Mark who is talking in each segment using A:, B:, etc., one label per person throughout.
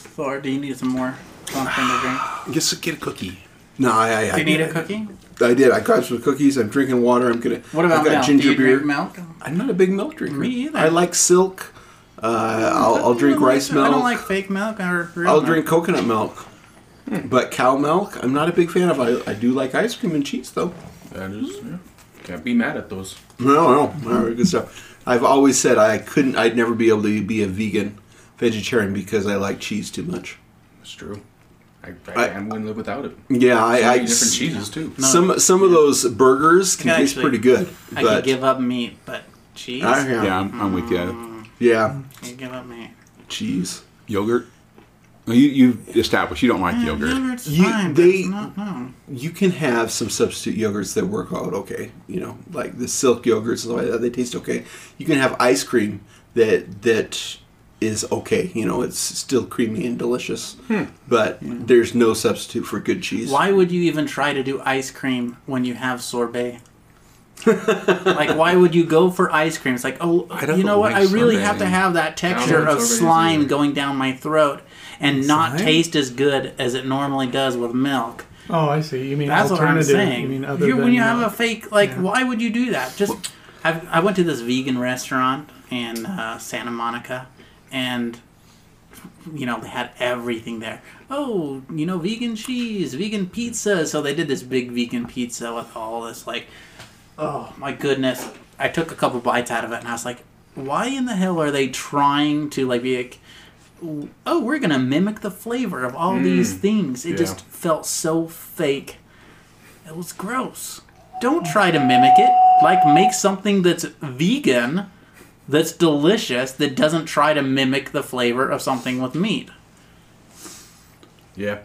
A: floor. Do you need some more something to drink?
B: Just get a cookie. No, I. I
A: Do you need a cookie?
C: I did. I grabbed some cookies. I'm drinking water. I'm gonna.
A: What about
C: I've got
A: milk?
C: ginger
A: Do you
C: beer?
A: drink milk?
C: I'm not a big milk drinker.
A: Me either.
C: I like silk. Uh, I'll, I'll drink
A: Mm, I don't
C: rice
A: like-
C: milk.
A: I don't like fake milk or real
C: I'll
A: milk. Hmm.
C: drink coconut milk. But cow milk, I'm not a big fan of. I, I do like ice cream and cheese though.
B: That is. Yeah. Can't be mad at those.
C: No, no, no, good stuff. I've always said I couldn't. I'd never be able to be a vegan, vegetarian because I like cheese too much.
B: It's true. I,
C: I-
B: I, I wouldn't live without it.
C: Yeah, I.
B: So
C: I
B: many different cheeses too.
A: No.
C: Some some of those burgers can
A: Yeah,
C: taste
A: actually,
C: pretty good.
A: I
C: but
A: could give up meat, but cheese.
C: I- yeah,
D: Yeah,
C: yeah,
D: I'm, I'm with you.
A: I could give up meat.
C: cheese.
D: Yogurt. Well, You you established you don't like
A: Yeah,
D: yogurt.
A: yogurt's
C: You-
A: fine, but
C: they-
A: it's not, no.
C: You can have some substitute yogurts that work out okay. You know, like the silk yogurts and like that. They taste okay. You can have ice cream that that is okay. You know, it's still creamy and delicious. But there's no substitute for good cheese.
A: Hmm. Why would you even try to do ice cream when you have sorbet? like, why would you go for ice cream? It's like, oh,
D: don't
A: you know what? I
D: like
A: really
D: sorbet.
A: have to have that texture
B: know what
A: of
B: sorbet is
A: slime
B: either.
A: going down my throat and not
C: Slime?
A: taste as good as it normally does with milk.
E: Oh, I see. You mean
A: That's what I'm
E: alternative?
A: saying.
E: You mean other
A: You're-
E: than uh,
A: when you have a
E: milk.
A: fake, like,
E: Yeah.
A: why would you do that? Just, i I went to this vegan restaurant in uh, Santa Monica, and you know they had everything there. Oh, you know, vegan cheese, vegan pizza. So they did this big vegan pizza with all this, like, oh my goodness. I took a couple bites out of it, and I was like, why in the hell are they trying to like be like? Oh, we're gonna mimic the flavor of all these things. It
B: yeah.
A: just felt so fake. It was gross. Don't try to mimic it. Like, make something that's vegan, that's delicious, that doesn't try to mimic the flavor of something with meat.
B: Yeah.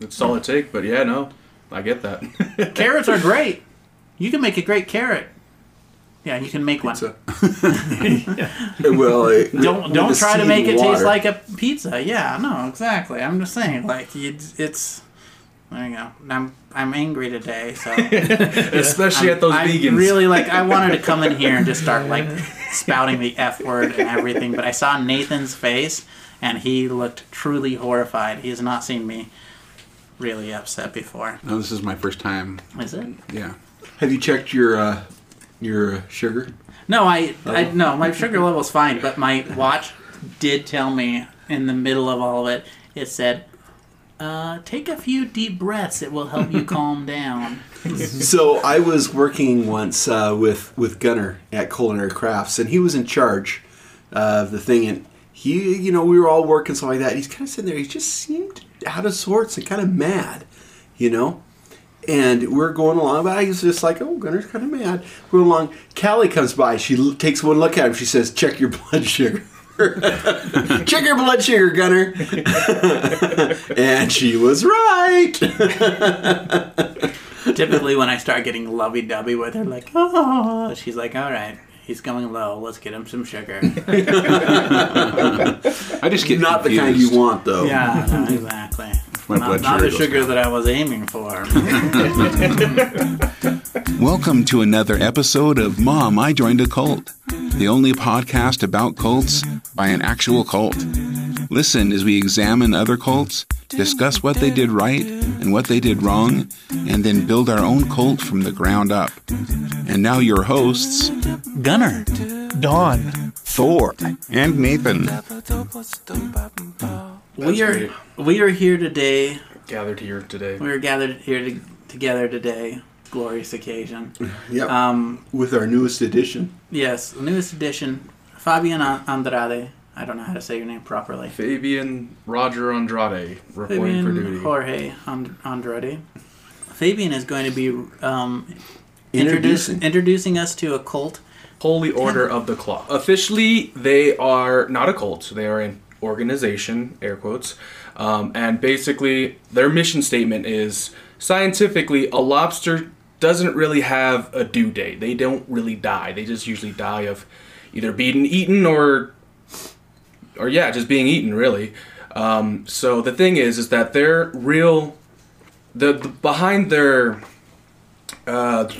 B: It's all it take, but yeah, no. I get that.
A: Carrots are great. You can make a great carrot. Yeah, you can make one.
C: pizza. well, I-
A: Don't
C: with
A: don't
C: the
A: try to
C: seed
A: make it taste
C: water.
A: like a pizza. Yeah, no, exactly. I'm just saying, like, you, it's. There you go. And I'm I'm angry today, so.
B: Especially at those
A: I
B: vegans.
A: really like. I wanted to come in here and just start like spouting the f word and everything, but I saw Nathan's face, and he looked truly horrified. He has not seen me really upset before.
D: No, Oh, this is my first time.
A: Is it?
D: Yeah.
C: Have you checked your uh, your uh, sugar?
A: No, I,
B: Oh.
A: I no. My sugar level's fine, but my watch did tell me in the middle of all of it. It said. Uh, take a few deep breaths. It will help you calm down.
C: so I was working once uh, with with Gunner at Culinary Crafts, and he was in charge of the thing. And he, you know, we were all working something like that. and he's kind of sitting there. He just seemed out of sorts and kind of mad, you know. And we're going along, but I was just like, "Oh, Gunner's kind of mad." We're going along. Callie comes by. She l- takes one look at him. She says, "Check your blood sugar." Check your blood sugar, Gunner. and she was right.
A: Typically, when I start getting lovey dovey with her, like, oh, she's like, all right, he's going low. Let's get him some sugar.
D: I just get
C: Not the kind
D: confused.
C: you want, though.
A: yeah, no, exactly.
D: My
A: Not,
D: blood
A: not the
D: sugar goes
A: sugar
D: down.
A: that I was aiming for.
D: Welcome to another episode of Mom, I Joined a Cult, the only podcast about cults by an actual cult. Listen as we examine other cults, discuss what they did right and what they did wrong, and then build our own cult from the ground up. And now your hosts,
A: Gunner.
E: Dawn.
D: Thor and Nathan.
A: we are
B: great.
A: we are here today.
B: Gathered here today.
A: We are gathered here to, together today. Glorious occasion.
C: Yep.
A: Um,
C: with our newest edition.
A: yes, newest edition, Fabian A- Andrade. I don't know how to say your name properly.
B: Fabian Roger Andrade reporting for
A: Fabian
B: duty.
A: Jorge And- Andrade. Fabian is going to be um,
C: Introducing.
A: introducing introducing us to a cult.
B: Holy Order of the Claw. Officially, they are not a cult. They are an organization, air quotes. Um, and basically, their mission statement is scientifically, a lobster doesn't really have a due date. They don't really die. They just usually die of either being eaten or, or yeah, just being eaten, really. Um, so the thing is, is that their real, the, the behind their, uh,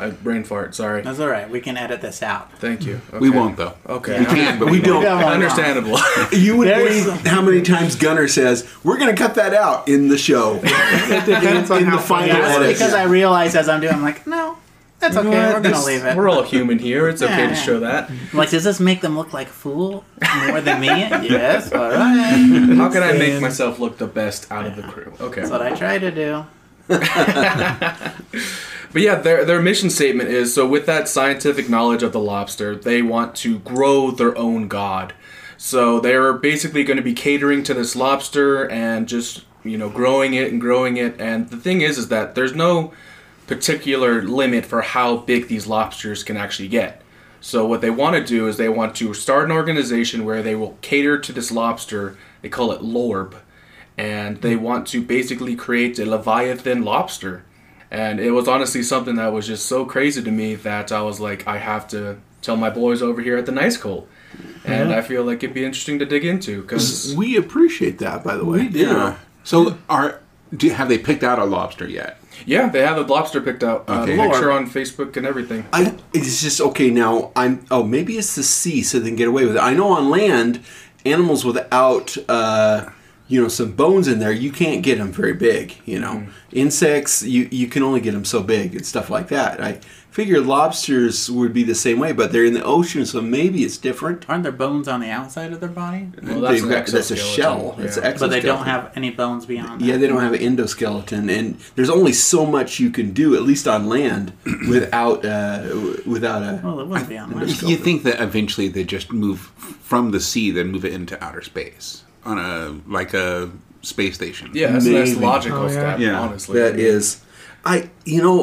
B: I brain fart. Sorry.
A: That's all right. We can edit this out.
B: Thank you. Okay.
D: We won't though.
B: Okay.
D: We can, but
C: We don't.
B: Understandable.
C: You would
E: There's-
C: believe how many times Gunner says, "We're going to cut that out in the show."
E: It depends on
C: in
E: how
C: the
E: funny
C: final
E: it is.
C: edit.
A: Because I realize as I'm doing, I'm like, no, that's okay. We're gonna
B: This-
A: leave it.
B: We're all human here. It's okay
A: Yeah. Mm-hmm.
B: to show that.
A: Like, does this make them look like a fool more than me? yes, all right.
B: How can I make
E: Understand.
B: myself look the best out of the crew? Okay.
A: That's what I try to do.
B: But yeah, their their mission statement is so with that scientific knowledge of the lobster, they want to grow their own god. So they're basically going to be catering to this lobster and just, you know, growing it and growing it. And the thing is is that there's no particular limit for how big these lobsters can actually get. So what they want to do is they want to start an organization where they will cater to this lobster. They call it Lorb, and
C: Hmm.
B: they want to basically create a leviathan lobster. And it was honestly something that was just so crazy to me that I was like, I have to tell my boys over here at the Nice Coal. And I feel like it'd be interesting to dig into because
C: we appreciate that, by the way. We do.
D: So are do have they picked out a lobster yet?
C: Mm-hmm.
B: yeah, they have the lobster picked out, uh,
D: Okay.
B: picture on Facebook and everything.
C: I, it's just okay now. I'm oh maybe it's the sea, so they can get away with it. I know on land, animals without uh, you know some bones in there, you can't get them very big. You know,
B: Mm.
C: insects you you can only get them so big and stuff like that. I figure lobsters would be the same way, but they're in the ocean, so maybe it's different.
A: Aren't there bones on the outside of their body?
B: Well, that's,
C: They've
B: an
C: got- that's a
B: exoskeleton,
C: shell.
B: yeah.
C: That's
A: But they don't
C: exoskeleton.
A: have any bones beyond.
C: Yeah,
A: that.
C: they don't have an endoskeleton, and there's only so much you can do, at least on land, without uh, w- without a.
A: Well, it wouldn't be on
D: You-
A: land.
D: You think that eventually they just move from the sea, then move it into outer space on a like a space station.
B: Yeah, that's the next
C: Maybe.
B: logical
E: Oh, yeah.
B: step,
D: Yeah.
B: honestly.
C: That is, I you know,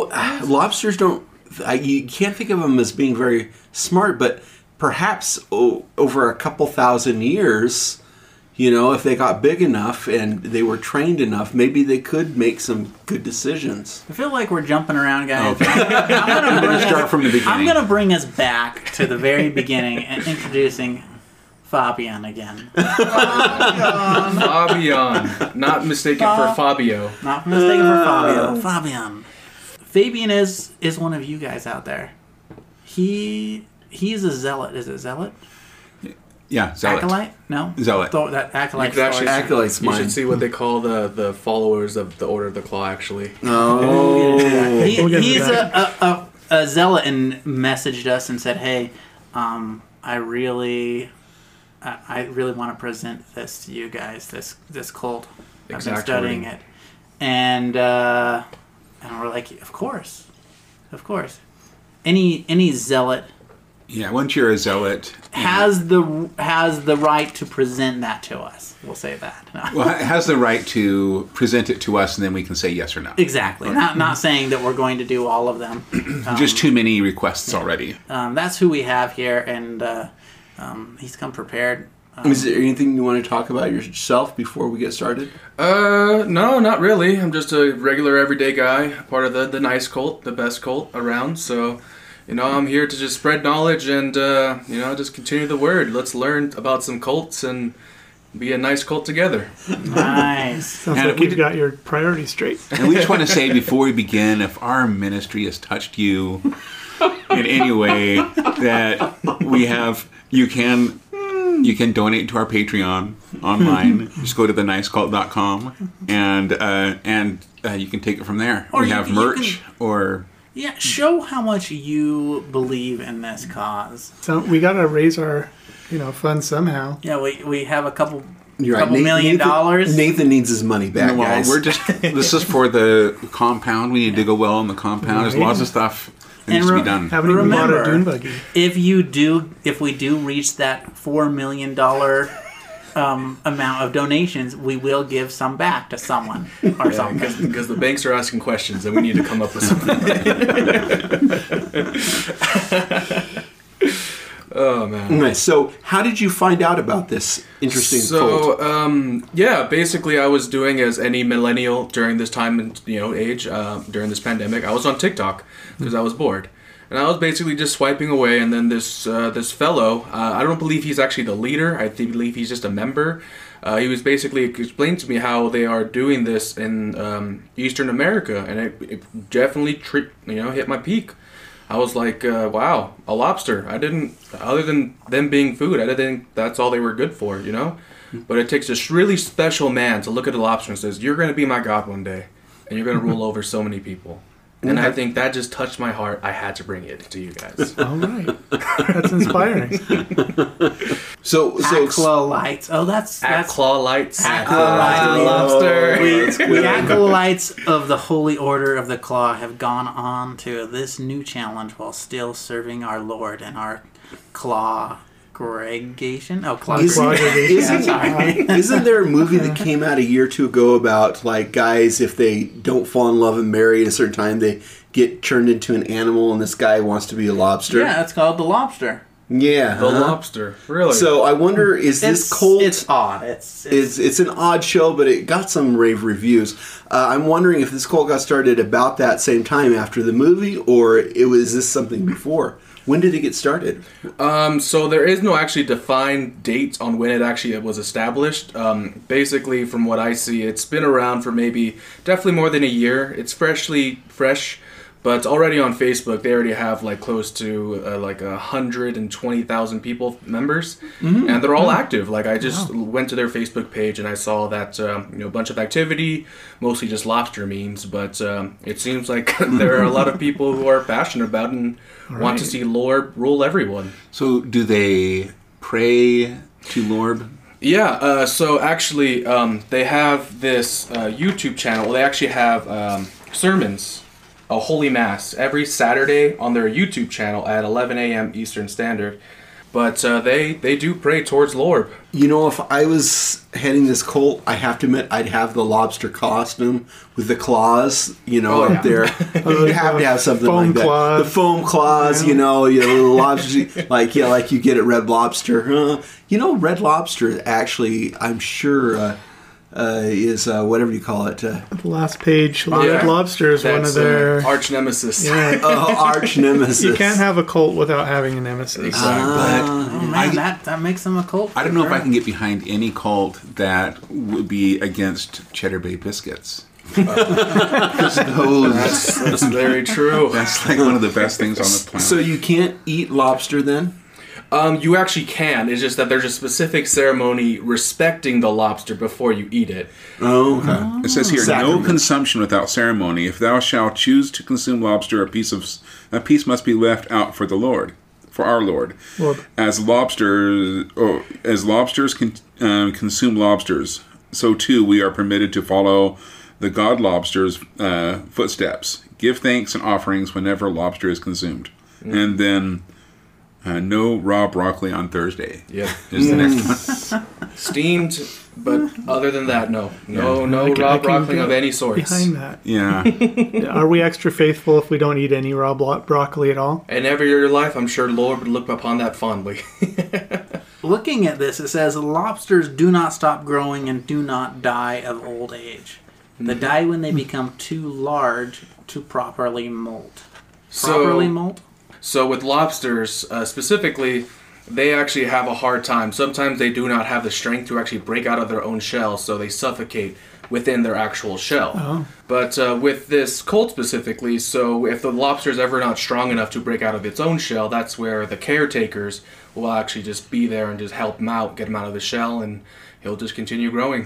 C: lobsters don't. I, you can't think of them as being very smart, but perhaps o- over a couple thousand years, you know, if they got big enough and they were trained enough, maybe they could make some good decisions.
A: I feel like we're jumping around, guys.
D: Okay.
A: I'm gonna bring us-
D: start from the beginning.
A: I'm gonna bring us back to the very beginning and introducing Fabian again.
B: Fabian, not mistaken for Fabio.
A: Not for mistaken for Fabio. Fabian. Fabian is is one of you guys out there. He he is a zealot. Is it zealot?
D: yeah, zealot.
A: Acolyte? No.
D: Zealot.
A: Th- that acolyte.
B: You could actually-
A: story.
C: Acolytes,
B: You
C: mine.
B: should see what they call the, the followers of the Order of the Claw, actually.
C: Oh,
A: He-
E: We'll get
A: he's
E: to that.
A: a, a, a, a zealot and messaged us and said, "Hey, um, I really, I, I really want to present this to you guys. This this cult. I've been
B: Exact
A: studying
B: wording.
A: it, and uh, and we're like, of course, of course. Any any zealot
D: Yeah, once you're a zealot,
A: has the has the right to present that to us. We'll say that. No.
D: well, ha- has the right to present it to us, and then we can say yes or no.
A: Exactly. Not not saying that we're going to do all of them. Um,
D: Just too many requests already.
A: um, that's who we have here, and uh, um, he's come prepared.
C: is there anything you want to talk about yourself before we get started?
B: Uh, no, not really. I'm just a regular everyday guy, part of the the nice cult, the best cult around. So, you know, I'm here to just spread knowledge and uh, you know, just continue the word. Let's learn about some cults and be a nice cult together.
A: Nice.
E: Sounds
D: And
E: like
D: we
E: you've
D: did-
E: got your priorities straight.
D: And we just want to say before we begin, if our ministry has touched you in any way, that we have, you can. You can donate to our Patreon online. Just go to thenicecult.com and uh, and uh, you can take it from there.
A: Or
D: we
A: you
D: have
A: can- you
D: merch or
A: Yeah, show how much you believe in this cause.
E: So we gotta raise our, you know, funds somehow.
A: Yeah, we, we have a couple,
C: You're
A: couple
C: Nath-
A: million
C: Nathan-
A: dollars.
C: Nathan needs his money back,
D: Well,
C: guys.
D: we're just this is for the compound. We need to go well on the compound. There's lots of stuff that
A: And
D: needs to be
A: re-
D: done.
E: Haven't even bought
A: Remember-
E: a dune buggy.
A: If you do, if we do reach that four million dollar um, amount of donations, we will give some back to someone or something.
B: Because the banks are asking questions, and we need to come up with something. oh man.
C: Okay, so how did you find out about this interesting cult?
B: so um, yeah basically i was doing as any millennial during this time and you know age uh, during this pandemic i was on tiktok because i was bored and i was basically just swiping away and then this uh, this fellow uh, i don't believe he's actually the leader i th- believe he's just a member uh, he was basically explained to me how they are doing this in um, eastern america and it, it definitely tri- you know hit my peak I was like, uh, wow, a lobster. I didn't, other than them being food, I didn't think that's all they were good for, you know? But it takes this really special man to look at a lobster and says, you're going to be my God one day, and you're going to rule over so many people. And I think that just touched my heart. I had to bring it to you guys.
E: All right. That's inspiring.
C: So so
A: Acolytes. Oh, that's
B: At
A: that's
B: claw lights.
A: Acolytes.
B: lobster.
A: the acolytes of the Holy Order of the Claw have gone on to this new challenge while still serving our Lord and our Claw Gregation. Oh, Claw
C: Is-
A: Gregation.
C: isn't-
A: sorry.
C: Isn't there a movie that came out a year or two ago about like guys if they don't fall in love and marry at a certain time they get turned into an animal and this guy wants to be a lobster?
A: Yeah, it's called the lobster.
C: Yeah.
B: The
C: huh?
B: lobster. Really?
C: So I wonder is
A: It's
C: this cult
A: It's odd. It's, it's
C: it's it's an odd show, but it got some rave reviews. Uh, I'm wondering if this cult got started about that same time after the movie, or it was this something before? When did it get started?
B: Um, so there is no actually defined date on when it actually was established. Um, basically, from what I see, it's been around for maybe definitely more than a year. It's freshly fresh, but already on Facebook, they already have like close to uh, like a hundred and twenty thousand people members, and they're all active. Like I just went to their Facebook page and I saw that um, you know a bunch of activity, mostly just lobster memes. But um, it seems like there are a lot of people who are passionate about it and want to see lore rule everyone.
D: So, do they pray to Lorb?
B: Yeah, uh, so actually, um, they have this uh, YouTube channel. Well, they actually have um, sermons, a holy mass, every Saturday on their YouTube channel at 11 a.m. Eastern Standard. But uh, they they do pray towards Lord.
C: You know, if I was heading this cult, I have to admit I'd have the lobster costume with the claws, you know,
B: Oh,
C: up
B: yeah.
C: there. You'd have to have something
E: Foam
C: like that.
E: claws.
C: The foam claws, you know, you know, little lobster, like yeah, like you get at Red Lobster. Huh? You know, Red Lobster actually, I'm sure, uh, uh, is uh, whatever you call it, uh,
E: The last page, Red
B: Yeah.
E: Lobster is one of
B: uh,
E: their.
B: arch nemesis.
E: yeah.
C: uh, arch nemesis.
E: You can't have a cult without having a nemesis.
B: Exactly.
D: But
A: oh man, that that makes them a cult.
D: I don't know if I
A: Sure.
D: can get behind any cult that would be against Cheddar Bay biscuits. 'Cause those-
B: That's very true.
D: that's like one of the best things on the planet.
C: So you can't eat lobster then?
B: Um, you actually can. It's just that there's a specific ceremony respecting the lobster before you eat it.
C: Oh, okay.
D: It says here, no
C: Sacrament.
D: consumption without ceremony. If thou shalt choose to consume lobster, a piece of a piece must be left out for the Lord, for our Lord,
E: Lord.
D: as lobsters, oh, as lobsters con, um, consume lobsters, so too we are permitted to follow the God lobster's uh, footsteps. Give thanks and offerings whenever lobster is consumed, and then uh, no raw broccoli on Thursday.
B: Yeah.
D: Is the next one.
B: Steamed, but other than that, no, no, no
E: I can-
B: raw
E: I can
B: broccoli
E: get
B: of any sort.
E: Behind that,
D: Yeah.
E: are we extra faithful if we don't eat any raw blo- broccoli at all?
B: And every year of your life, I'm sure Lord would look upon that fondly.
A: Looking at this, it says lobsters do not stop growing and do not die of old age. They die when they become too large to properly molt. Properly
B: so,
A: molt?
B: so with lobsters uh, specifically, they actually have a hard time. Sometimes they do not have the strength to actually break out of their own shell, so they suffocate within their actual shell.
E: Oh.
B: But uh, with this cult specifically, so if the lobster is ever not strong enough to break out of its own shell, that's where the caretakers will actually just be there and just help him out, get him out of the shell, and he'll just continue growing.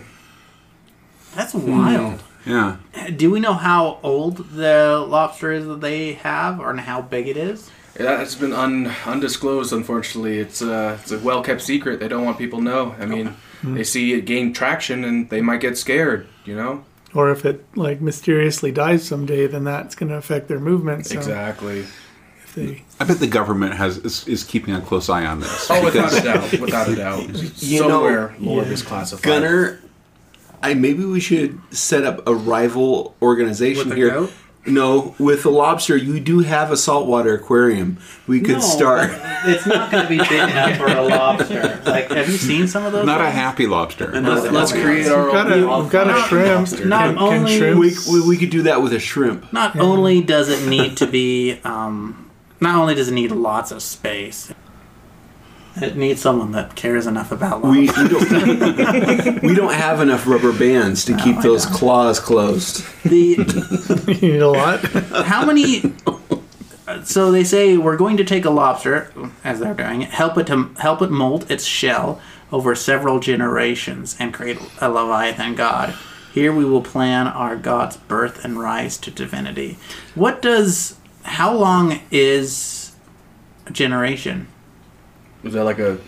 A: That's wild.
D: Yeah.
A: Do we know how old the lobster is that they have or how big it is?
B: Yeah, it's been un, undisclosed, unfortunately. It's, uh, it's a well kept secret. They don't want people to know. I mean, they see it gain traction and they might get scared, you know?
E: Or if it like mysteriously dies someday, then that's going to affect their movement. So
B: Exactly.
E: if they
D: I bet the government has is, is keeping a close eye on this.
B: Oh, without a
D: because-
B: doubt. Without a doubt.
C: You know-
B: Somewhere, Lord is classified.
C: Gunner, I maybe we should set up a rival organization
A: With a
C: here.
A: goat?
C: No, with the lobster, you do have a saltwater aquarium. We could
A: No,
C: start.
A: but It's not going to be big enough for a lobster. Like, have you seen some of those?
D: Not a
A: things?
D: happy lobster.
B: Let's, let's create our
E: We've got
B: own.
E: a- we've got a
B: lobster.
E: shrimp.
A: Not
E: Can- can
A: only
E: shrimp-
C: We, we, we could do that with a shrimp.
A: Not only does it need to be, um, not only does it need lots of space, it needs someone that cares enough about
C: We, we,
A: lobster.
C: don't, we don't have enough rubber bands to keep those claws closed.
A: The
E: you eat a lot,
A: how many so they say we're going to take a lobster, as they're doing it, help it to help it mold its shell over several generations and create a leviathan god. Here we will plan our god's birth and rise to divinity. What does? How long is a generation?
B: Was that like a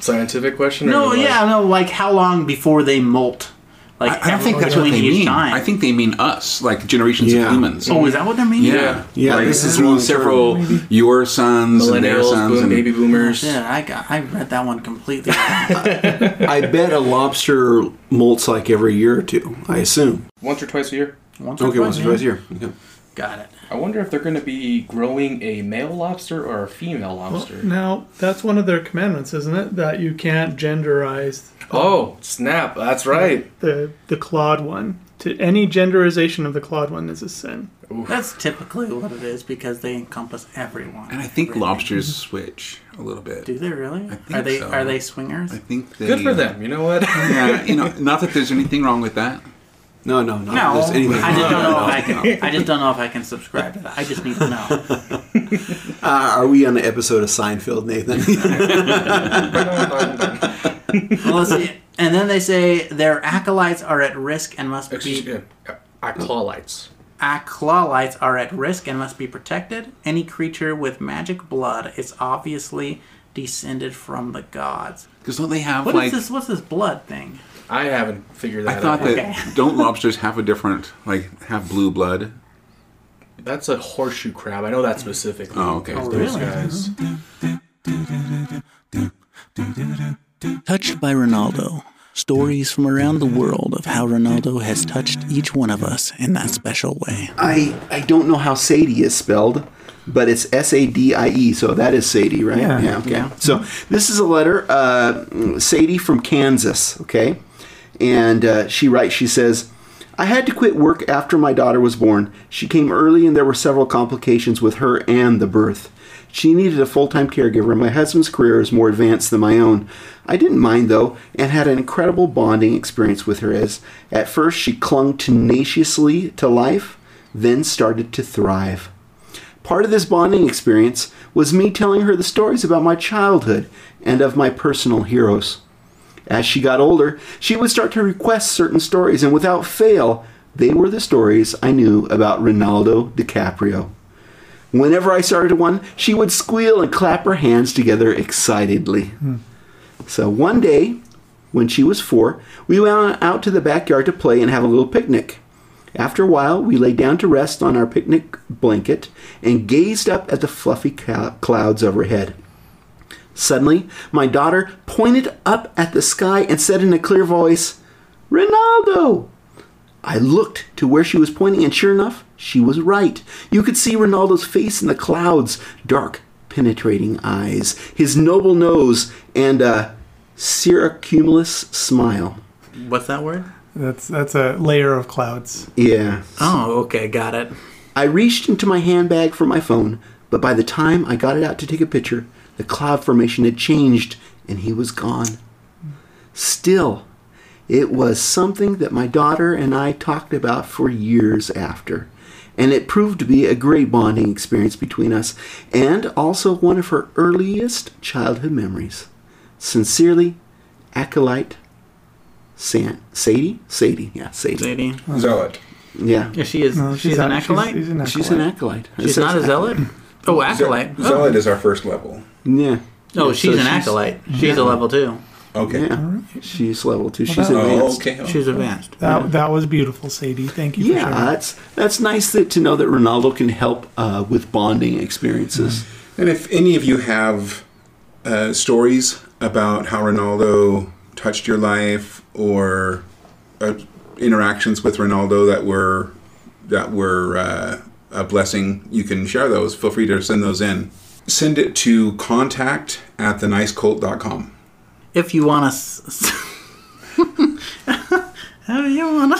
B: scientific question? or
A: No,
B: like-
A: yeah, no. Like how long before they molt? Like
D: I, I don't think that's what
A: between
D: they
A: each
D: mean.
A: time.
D: I think they mean us, like generations
C: Yeah.
D: of humans.
A: Oh, is that what they mean?
D: yeah,
C: Yeah,
D: Like,
C: this
D: this
C: is
D: is
C: long
D: several your sons and their
B: Millennials,
D: sons
B: boom,
D: and
B: baby boomers.
A: Yeah, I got. I read that one completely. wrong.
C: I bet a lobster molts like every year or two. I assume.
B: Once or twice a year.
A: Once or
C: Okay,
A: twice,
C: once or
A: yeah.
C: twice a year. Okay.
A: Got it.
B: I wonder if they're going to be growing a male lobster or a female lobster.
E: Now that's one of their commandments, isn't it? That you can't genderize
B: Oh, snap. That's right.
E: the the clawed one. To any genderization of the clawed one is a sin.
A: That's typically what it is because they encompass everyone.
D: And I think lobsters switch a little bit.
A: Do they really?
D: think
A: are they
D: so.
A: are they swingers?
D: I think they,
B: Good for them. You know what?
D: Yeah, you know, not that there's anything wrong with that.
C: No, no, no.
A: No, I
C: there's
A: just
C: anything wrong with
A: don't
C: that.
A: know if I can. I just don't know if I can subscribe to that. I just need to know.
C: Uh, are we on an episode of Seinfeld, Nathan?
A: Well, let's see. And then they say their acolytes are at risk and must be
B: uh, Acolytes.
A: acolytes are at risk and must be protected. Any creature with magic blood is obviously descended from the gods.
D: Because don't they have
A: What is
D: like?
A: this? What's this blood thing?
B: I haven't figured
D: I
B: that
D: thought
B: out.
D: that
B: yet.
A: Okay.
D: don't lobsters have a different like have blue blood?
B: That's a horseshoe crab. I know that specifically.
D: Oh, okay.
B: Those
A: really?
B: guys.
A: Touched by Ronaldo. Stories from around the world of how Ronaldo has touched each one of us in that special way.
C: I I don't know how Sadie is spelled, but it's S A D I E. So that is Sadie, right? Yeah. okay. So this is a letter, uh, Sadie from Kansas. Okay, and uh, she writes. She says. I had to quit work after my daughter was born. She came early and there were several complications with her and the birth. She needed a full time caregiver, and my husband's career is more advanced than my own. I didn't mind though, and had an incredible bonding experience with her as at first she clung tenaciously to life, then started to thrive. Part of this bonding experience was me telling her the stories about my childhood and of my personal heroes. As she got older, she would start to request certain stories, and without fail, they were the stories I knew about Ronaldo DiCaprio. Whenever I started one, she would squeal and clap her hands together excitedly. So one day, when she was four, we went out to the backyard to play and have a little picnic. After a while, we lay down to rest on our picnic blanket and gazed up at the fluffy cou- clouds overhead. Suddenly, my daughter pointed up at the sky and said in a clear voice, Ronaldo! I looked to where she was pointing, and sure enough, she was right. You could see Ronaldo's face in the clouds, dark, penetrating eyes, his noble nose, and a cirrocumulus smile.
A: What's that word?
E: That's that's a layer of clouds.
C: Yeah.
A: Oh, okay, got it.
C: I reached into my handbag for my phone, but by the time I got it out to take a picture, the cloud formation had changed and he was gone. Still, it was something that my daughter and I talked about for years after, and it proved to be a great bonding experience between us and also one of her earliest childhood memories. Sincerely, acolyte San- Sadie? Sadie, yeah, Sadie.
A: Sadie.
B: Zealot.
C: Yeah.
A: Yeah, she is.
E: No,
A: she's, an
E: a-
A: acolyte.
E: She's,
A: She's,
E: she's an acolyte.
C: She's an acolyte. It says
A: not a zealot. Oh, acolyte. Oh,
F: Zealot is our first level.
C: Yeah.
A: no,
C: Yeah,
A: she's
C: so
A: an acolyte. She's a level two.
F: Okay.
C: Yeah, she's level two. She's
E: that-
F: Oh,
C: advanced.
F: okay. Oh.
A: She's advanced.
E: That, that was beautiful, Sadie. Thank you.
C: Yeah,
E: for sharing.
C: that's that's nice that, to know that Ronaldo can help uh, with bonding experiences.
F: And if any of you have uh, stories about how Ronaldo touched your life or uh, interactions with Ronaldo that were that were uh, a blessing, you can share those. Feel free to send those in. Send it to contact at thenicecult.com.
A: If you want to. If you want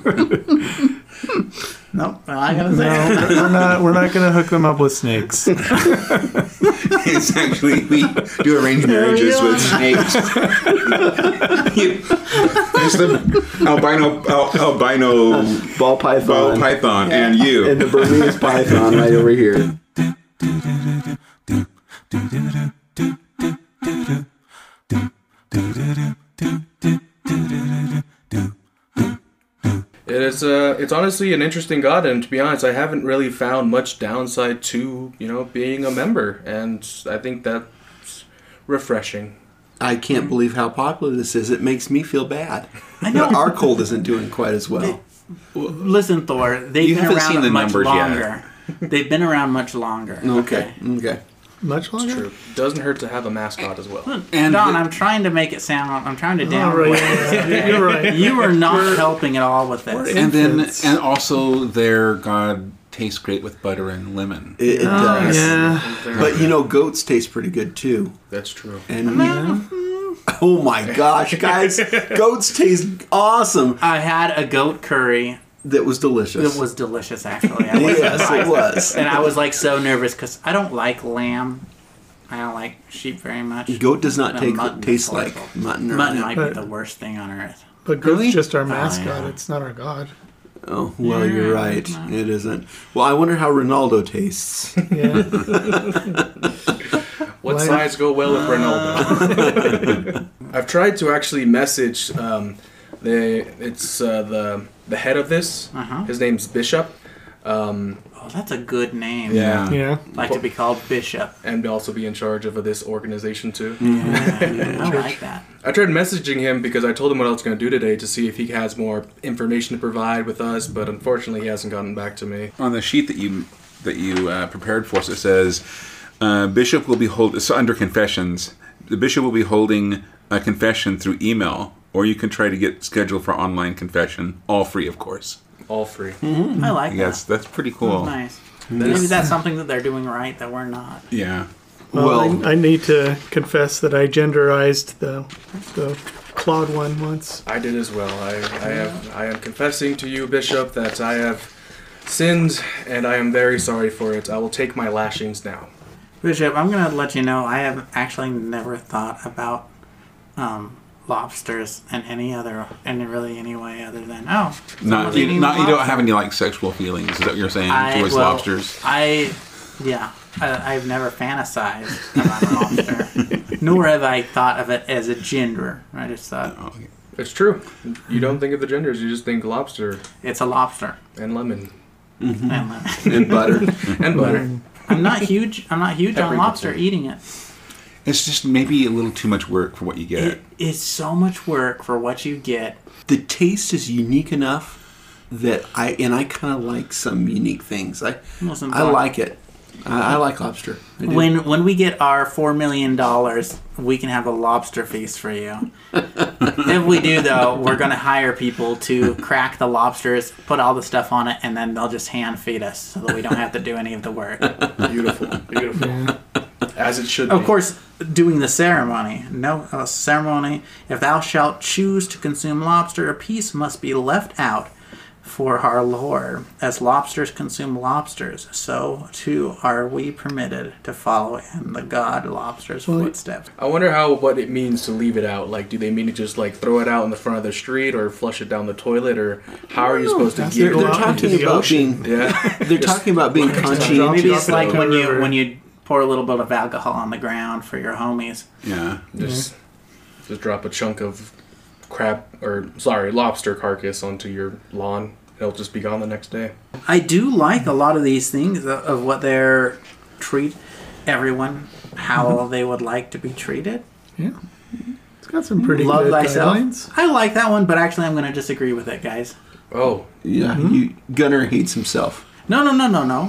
A: to. Nope. I gotta say.
E: No, we're not. We're not going to hook them up with snakes.
F: it's actually we do arranged marriages with snakes. You- There's the albino al- albino
C: Ball python.
F: ball python and you.
C: And the Burmese python right over here.
B: It's uh, it's honestly an interesting god, and to be honest, I haven't really found much downside to you know being a member, and I think that's refreshing.
C: I can't believe how popular this is. It makes me feel bad.
A: I know.
C: Our cold isn't doing quite as well.
A: Listen, Thor. They've
G: You
A: been
G: haven't
A: around
G: seen the
A: much
G: numbers yet.
A: longer. They've been around much longer.
C: Okay. Okay.
E: Much longer.
B: Doesn't hurt to have a mascot as well.
G: And
A: Don,
G: the-
A: I'm trying to make it sound. I'm trying to
E: All
A: downplay.
E: right. yeah, yeah, You're right.
A: You are not helping at all with this.
D: and then
E: Infants.
D: and also their god tastes great with butter and lemon.
C: It, it does.
E: Yeah.
C: But you know, goats taste pretty good too.
B: That's true.
C: And oh my gosh, guys, goats taste awesome.
A: I had a goat curry
C: That was delicious.
A: that was delicious. Actually, I was
C: yes, it was.
A: and I was like so nervous because I don't like lamb. I don't like sheep very much.
C: Goat does not
A: No,
C: take,
A: mutton
C: taste
A: is
C: like
A: horrible.
C: mutton. Or
A: Mutton might be
E: But-
A: the worst thing on earth.
E: But goat's
D: Really?
E: just our mascot.
A: yeah.
E: It's not our god.
C: Oh well, you're right. It isn't. Well, I wonder how Ronaldo tastes.
E: Yeah.
B: What
E: Why-
B: sides go well with Ronaldo? I've tried to actually message um, the it's uh, the the head of this.
A: Uh-huh.
B: His name's Bishop. Um,
A: Oh, that's a good name.
D: Yeah.
E: Yeah.
A: like to be called bishop.
B: and also be in charge of this organization too.
A: I like that.
B: I tried messaging him because I told him what I was going to do today to see if he has more information to provide with us, but unfortunately he hasn't gotten back to me.
D: On the sheet that you that you uh, prepared for us, it says uh, Bishop will be hold so under confessions. The bishop will be holding a confession through email, or you can try to get scheduled for online confession, all free, of course.
B: All free.
A: I like
D: Yes,
A: that.
D: that's pretty cool.
A: Nice. Maybe that's something that they're doing right that we're not.
D: Yeah.
E: Well,
C: Well-
E: I, I need to confess that I genderized the the Claude one once.
B: I did as well. I, I have I am confessing to you, Bishop, that I have sinned and I am very sorry for it. I will take my lashings now.
A: Bishop, I'm gonna let you know I have actually never thought about um, lobsters in any other in really any way other than oh
D: Not,
A: someone's
D: you,
A: eating
D: not you don't
A: lobster.
D: have any like sexual feelings. Is that what you're saying
A: I,
D: towards
A: well,
D: lobsters?
A: I yeah. I, I've never fantasized about a lobster, nor have I thought of it as a gender. I just thought
D: Oh, okay.
B: It's true. You don't think of the genders, you just think lobster
A: it's a lobster.
B: and lemon
A: And, uh,
C: and butter.
B: and butter.
A: I'm not huge. I'm not huge on
B: Every
A: lobster
B: concern.
A: eating it.
D: It's just maybe a little too much work for what you get.
A: It is so much work for what you get.
C: the taste is unique enough that I and I kind of like some unique things. I
A: Listen,
C: I
A: Bob.
C: like it. I, I like lobster. I do.
A: When when we get our four million dollars, we can have a lobster feast for you. if we do though, we're gonna hire people to crack the lobsters, put all the stuff on it, and then they'll just hand feed us so that we don't have to do any of the work.
B: Beautiful. Beautiful. As it should be.
A: Of course, doing the ceremony. No uh, ceremony. If thou shalt choose to consume lobster, a piece must be left out for our Lord. As lobsters consume lobsters, so too are we permitted to follow in the God lobster's footsteps.
B: I wonder how what it means to leave it out. Like, do they mean to just like throw it out in the front of the street or flush it down the toilet or how are you supposed to
E: that's
B: get
E: go
C: they're
E: out
C: talking
E: into the
C: about
E: ocean.
C: being
B: Yeah.
C: they're talking about being conscientious.
A: Maybe it's
E: Drop it
A: like
E: down
A: when
E: the
A: you
E: river.
A: when you pour a little bit of alcohol on the ground for your homies.
D: yeah.
B: just just drop a chunk of crab or sorry, lobster carcass onto your lawn. It'll just be gone the next day.
A: I do like a lot of these things uh, of what they're treat everyone how
E: Mm-hmm.
A: they would like to be treated.
E: It's got some pretty
A: Love
E: good
A: thyself.
E: guidelines.
A: I like that one, but actually, I'm going to disagree with it, guys.
B: Oh,
C: Yeah, you, Gunnar hates himself.
A: No, no, no, no, no,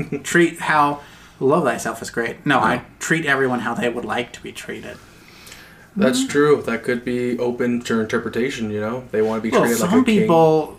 A: no. treat how love thyself is great. No, I treat everyone how they would like to be treated.
B: that's true. That could be open to interpretation. You know, they want to be
A: Well,
B: treated
A: some
B: like a king.
A: people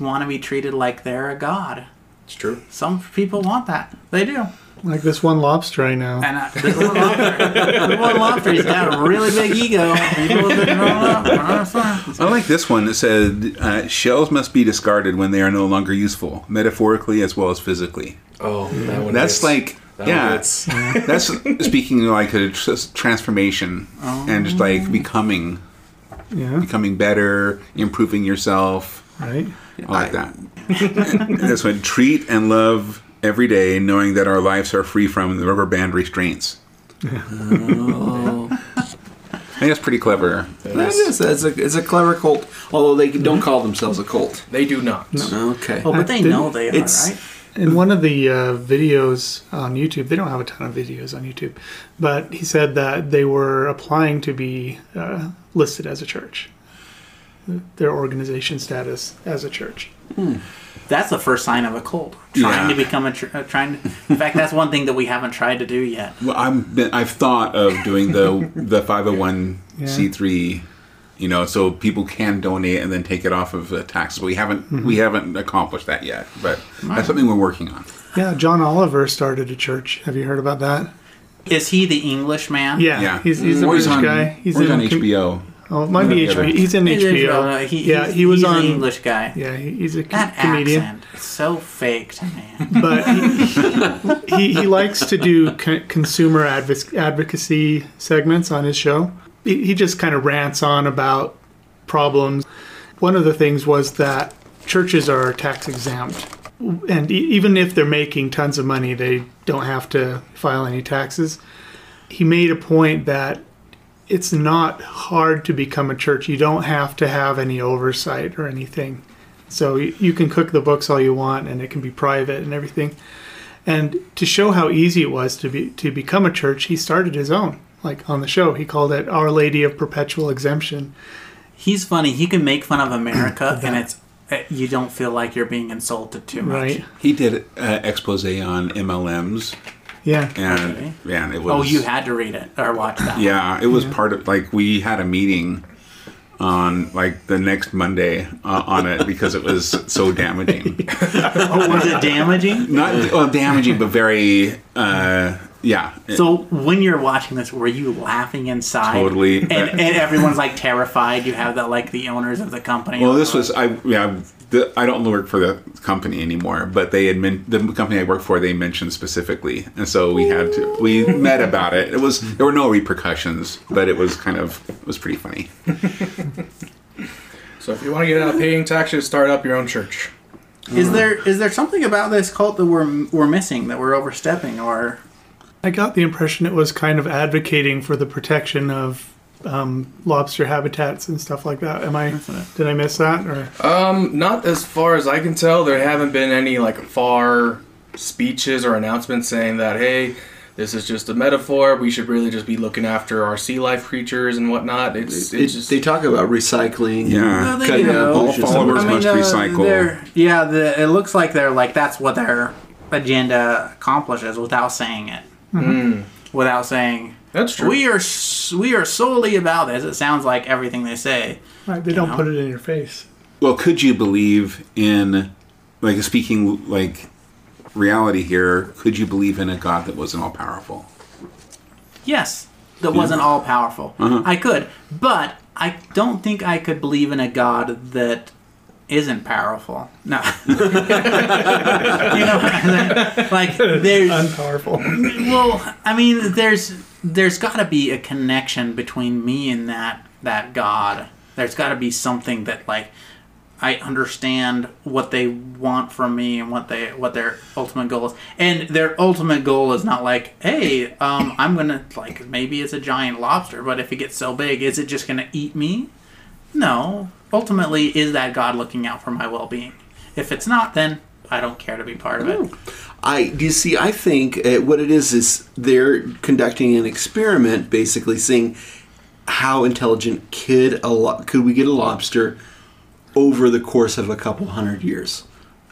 A: want to be treated like they're a god.
B: It's true.
A: Some people want that. They do.
E: Like this one lobster I know.
A: And uh, the little lobster, the little lobster's got a really big ego. He's a little bit grown up. Uh, fine.
D: I like this one that said, uh, shells must be discarded when they are no longer useful, metaphorically as well as physically.
B: Oh, that one
D: That's
B: hits.
D: like,
B: That one
D: yeah,
B: hits.
D: that's speaking like a tr- transformation and just like
B: Oh.
D: becoming,
E: Yeah,
D: becoming better, improving yourself.
E: right.
D: I like that. this one, treat and love every day, knowing that our lives are free from the rubber band restraints.
B: Oh.
D: I think that's pretty clever.
C: That is, that's a, it's a clever cult, although they don't call themselves a cult.
B: They do not.
C: Okay.
A: Well, but they
E: Didn't-
A: know they are,
C: it's-
A: right?
E: In one of the uh, videos on YouTube, they don't have a ton of videos on YouTube, but he said that they were applying to be uh, listed as a church, their organization status as a church.
A: That's the first sign of a cult. Trying to
D: Yeah.
A: become a, tr- uh, trying. To, in fact, that's one thing that we haven't tried to do yet.
D: Well, I'm been, I've thought of doing the the 501c3, you know, so people can donate and then take it off of the tax. We haven't
E: Mm-hmm.
D: we haven't accomplished that yet, but that's something we're working on.
E: Yeah, John Oliver started a church. Have you heard about that?
A: Is he the Englishman?
E: Yeah,
D: Yeah,
E: he's he's a
D: Or
E: British
D: on,
E: guy.
D: He's, or he's on
E: com-
D: HBO.
E: Oh, it might be
D: One or the
E: HBO.
D: other.
E: He's in
A: He's
E: HBO.
A: English- uh, he-
E: yeah,
A: he's-
E: he was
A: he's
E: on.
A: the English guy.
E: Yeah, he, he's a co-
A: That
E: comedian.
A: accent, it's so faked, man.
E: but he, he, he likes to do co- consumer advo- advocacy segments on his show. He, he just kind of rants on about problems. One of the things was that churches are tax exempt. And e- even if they're making tons of money, they don't have to file any taxes. He made a point that it's not hard to become a church. You don't have to have any oversight or anything. So y- you can cook the books all you want, and it can be private and everything. And to show how easy it was to be to become a church, he started his own. Like on the show, he called it Our Lady of Perpetual Exemption.
A: He's funny. He can make fun of America, and it's uh, you don't feel like you're being insulted too much.
E: Right?
D: He did uh, expose on MLMs,
E: Yeah.
D: and
A: Okay.
D: man, it was.
A: Oh, you had to read it or watch that.
D: Yeah, it was part of like we had a meeting on like the next Monday uh, on it because it was so damaging.
A: Oh, was it damaging?
D: Not well damaging, but very uh, yeah.
A: So when you're watching this, were you laughing inside?
D: Totally.
A: And, and everyone's like terrified. You have that like the owners of the company.
D: Well, this was I yeah the, I don't work for the company anymore, but they had men, the company I work for they mentioned specifically, and so we had to we met about it. It was there were no repercussions, but it was kind of it was pretty funny.
B: So if you want to get out of paying taxes, start up your own church.
A: Is
D: uh,
A: there is there something about this cult that we're we're missing that we're overstepping or
E: I got the impression it was kind of advocating for the protection of um, lobster habitats and stuff like that. Am I? Did I miss that? Or
B: Um, not as far as I can tell, there haven't been any like far speeches or announcements saying that hey, this is just a metaphor. We should really just be looking after our sea life creatures and whatnot. It's,
C: It,
B: it's just
C: they talk about recycling.
D: Yeah.
A: they
C: Cutting
A: do.
C: out
D: All
C: pollution.
A: I
D: followers
A: mean,
D: must
A: uh,
D: recycle.
A: they're- Yeah, the, it looks like they're like that's what their agenda accomplishes without saying it. Without saying
B: that's true.
A: we are s- we are solely about this. It sounds like everything they say.
E: Right, they don't put it in your face.
D: well could you believe in like speaking like reality here could you believe in a god that wasn't all powerful
A: Yes, that wasn't all powerful. I could, but I don't think I could believe in a God that isn't powerful. No, you know, like there's
E: Unpowerful.
A: well, I mean, there's there's got to be a connection between me and that that God. There's got to be something that like I understand what they want from me and what they what their ultimate goal is. And their ultimate goal is not like, hey, um, I'm gonna like maybe it's a giant lobster, but if it gets so big, is it just gonna eat me? No. Ultimately, is that God looking out for my well being? If it's not, then I don't care to be part of it.
C: I do you see. I think uh, what it is is they're conducting an experiment, basically seeing how intelligent could a lo- could we get a lobster over the course of a couple hundred years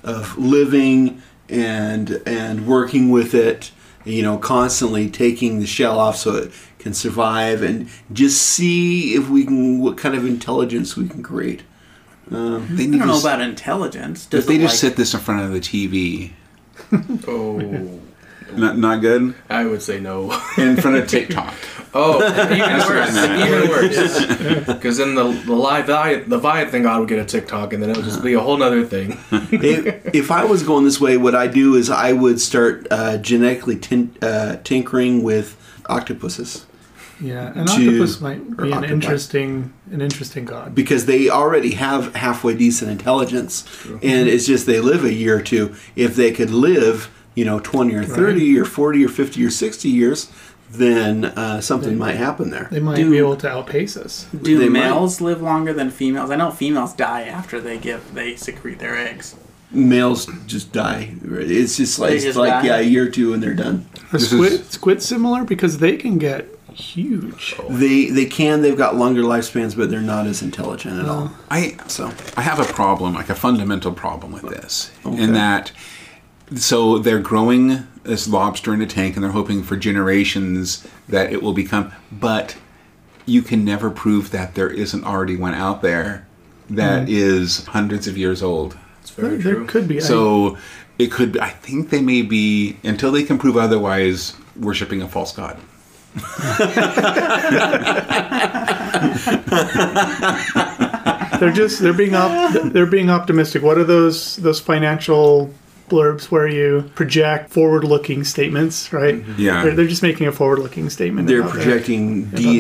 C: of living and and working with it, you know, constantly taking the shell off so it can survive, and just see if we can what kind of intelligence we can create.
D: they
A: I
D: need
A: don't
D: to
A: know
D: s-
A: about intelligence.
D: if
A: Does
D: they
A: it,
D: just
A: like-
D: set this in front of the tv
B: oh,
F: Not, not good.
B: I would say no.
F: In front of TikTok.
B: Oh, even worse.
F: what I meant.
B: even worse. Because then the the live Vi- the Viathan God would get a TikTok, and then it would just be a whole nother thing.
C: if, if I was going this way, what I do is I would start uh, genetically tin- uh, tinkering with octopuses
E: Yeah, an
C: To-
E: octopus might
C: or
E: be an
C: octopi.
E: interesting an interesting god.
C: because they already have halfway decent intelligence, and it's just they live a year or two. If they could live, you know, twenty or thirty or forty or fifty or sixty years, then uh, something might happen there.
E: They might
A: Dude.
E: be able to outpace us.
A: Do
C: They might.
A: males live longer than females? I know females die after they give they secrete their eggs.
C: Males just die. It's just like,
A: They
C: it's
A: just
C: like
A: die?
C: yeah, a year or two, and they're done.
E: Are
F: This
E: squid
F: is-
E: squid similar because they can get huge.
C: They they can. They've got longer lifespans, but they're not as intelligent at all.
D: I
C: So
D: I have a problem, like a fundamental problem with this,
C: Okay.
D: in that so they're growing this lobster in a tank, and they're hoping for generations that it will become. But you can never prove that there isn't already one out there that
F: Mm.
D: is hundreds of years old.
B: It's
E: There,
B: very
E: there
B: true.
E: could be. I-
D: So it could. I think they may be until they can prove otherwise, worshiping a false god.
E: they're just they're being op- they're being optimistic. What are those those financial blurbs where you project forward-looking statements, right?
D: Yeah.
E: They're, they're just making a forward-looking statement.
C: they're
E: about their-
C: projecting
E: Yeah, about their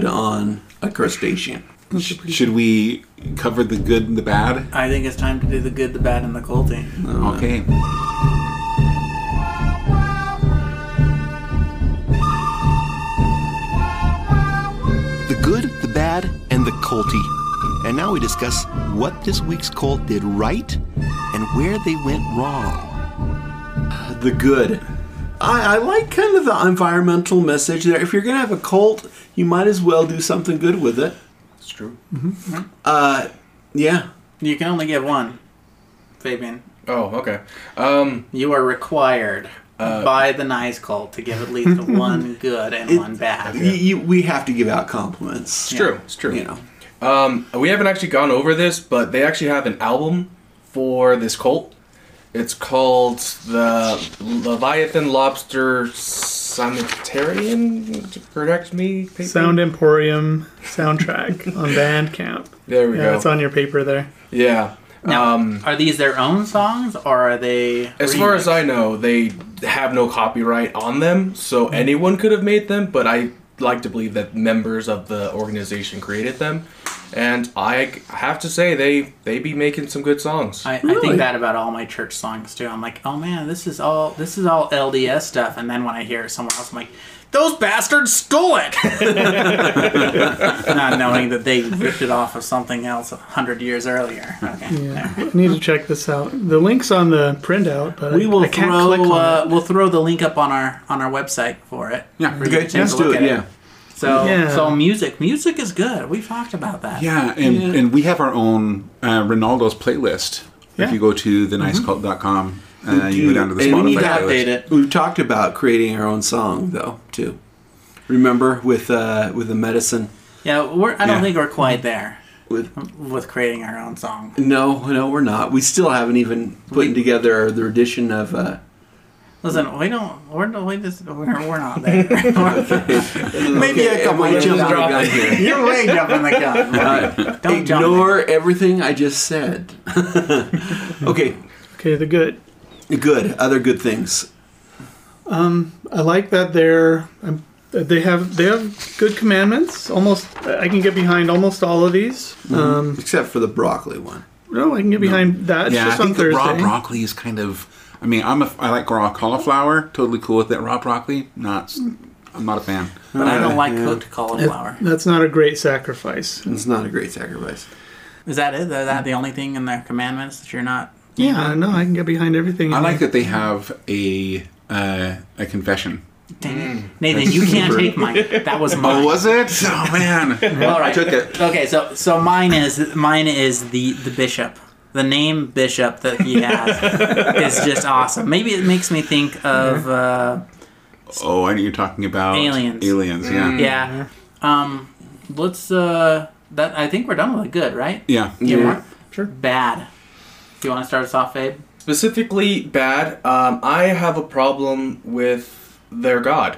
C: deityhood on a crustacean.
D: Should we cover the good and the bad?
A: I think it's time to do the good, the bad, and the culty.
D: Okay.
G: the good, the bad, and the culty. And now we discuss what this week's cult did right and where they went wrong.
C: The good. I, I like kind of the environmental message there. If you're going to have a cult, you might as well do something good with it.
F: It's true.
C: Uh, yeah.
A: You can only get one, Fabian.
B: Oh, okay. Um,
A: You are required
B: Uh,
A: by the Nice Cult to give at least one good and one bad.
C: Y- you- we have to give out compliments.
B: it's true. It's true.
C: You know.
B: Um, we haven't actually gone over this, but they actually have an album for this cult. It's called the Leviathan Lobster Sanitarian. Correct me. Paper?
E: Sound Emporium soundtrack on Bandcamp.
B: There we
E: Yeah,
B: go.
E: it's on your paper there.
B: yeah.
A: Now,
B: um,
A: are these their own songs or are they?
B: As far as I know, they have no copyright on them, so
E: Mm-hmm.
B: anyone could have made them, but I like to believe that members of the organization created them. And I have to say they they be making some good songs.
A: I, I
C: Really?
A: think that about all my church songs too. I'm like, oh man, this is all this is all LDS stuff. And then when I hear it somewhere else, I'm like, those bastards stole it, not knowing that they ripped it off of something else a hundred years earlier. Okay.
E: Yeah, I need to check this out. The link's on the printout, but
A: We
E: I,
A: will
E: I can't
A: throw
E: click on
A: uh,
E: it.
A: we'll throw the link up on our on our website for it.
D: Yeah.
A: For you to
C: Okay,
A: take
C: let's
A: a
C: do
A: look
C: it,
A: at
C: yeah.
A: So
E: Yeah.
A: so music music is good. We've talked about that.
D: Yeah, and, and we have our own uh, Ronaldo's playlist.
E: Yeah.
D: If you go to thenicecult.com, uh, you go
C: Dude,
D: down to the
C: and we need
D: Spotify
C: to update
D: playlist.
C: it. We've talked about creating our own song, though, too. Remember with uh, with the medicine?
A: Yeah, we're I don't
D: Yeah.
A: think we're quite there
C: With
A: with creating our own song.
C: No, no, we're not. We still haven't even putting together the edition of. Uh,
A: Listen, we don't. We're no- we just, we're, we're not there. Maybe
C: Okay, I might
A: we're
C: jump on the
A: dropping-
C: gun here.
A: You're way jumping the gun.
C: uh,
A: Don't jump.
C: ignore everything I just said. okay,
E: Okay, the good.
C: good. Other good things.
E: I like that they're um, they have they have good commandments. Almost, I can get behind almost all of these. Um,
C: Except for the broccoli one.
E: no, I can get behind that. It's
D: Yeah, I
E: just on
D: think the
E: Thursday.
D: raw broccoli is kind of. I mean, I'm a, I like raw cauliflower. Totally cool with that. Raw broccoli, not. I'm not a fan.
A: But I don't like cooked cauliflower.
E: That's not a great sacrifice.
C: It's not a great sacrifice.
A: Is that it? Is that the only thing in their commandments that you're not?
E: Yeah, Uh, no, I can get behind everything.
D: I like that they have a uh, a confession.
A: Dang
D: Mm.
A: it, Nathan, you can't take mine. That was mine.
D: it? Oh man,
A: All right.
D: I took it.
A: Okay, so so mine is mine is the the bishop. The name bishop that he has is just awesome. Maybe it makes me think of. Uh,
D: Oh, I know you're talking about
A: Aliens. Mm.
D: Aliens, yeah,
A: Yeah. Um, let's. Uh, that I think we're done with it. Good, right?
D: yeah.
A: Yeah.
E: Sure.
A: Bad. Do you want to start us off, Abe?
B: Specifically bad. Um, I have a problem with their god,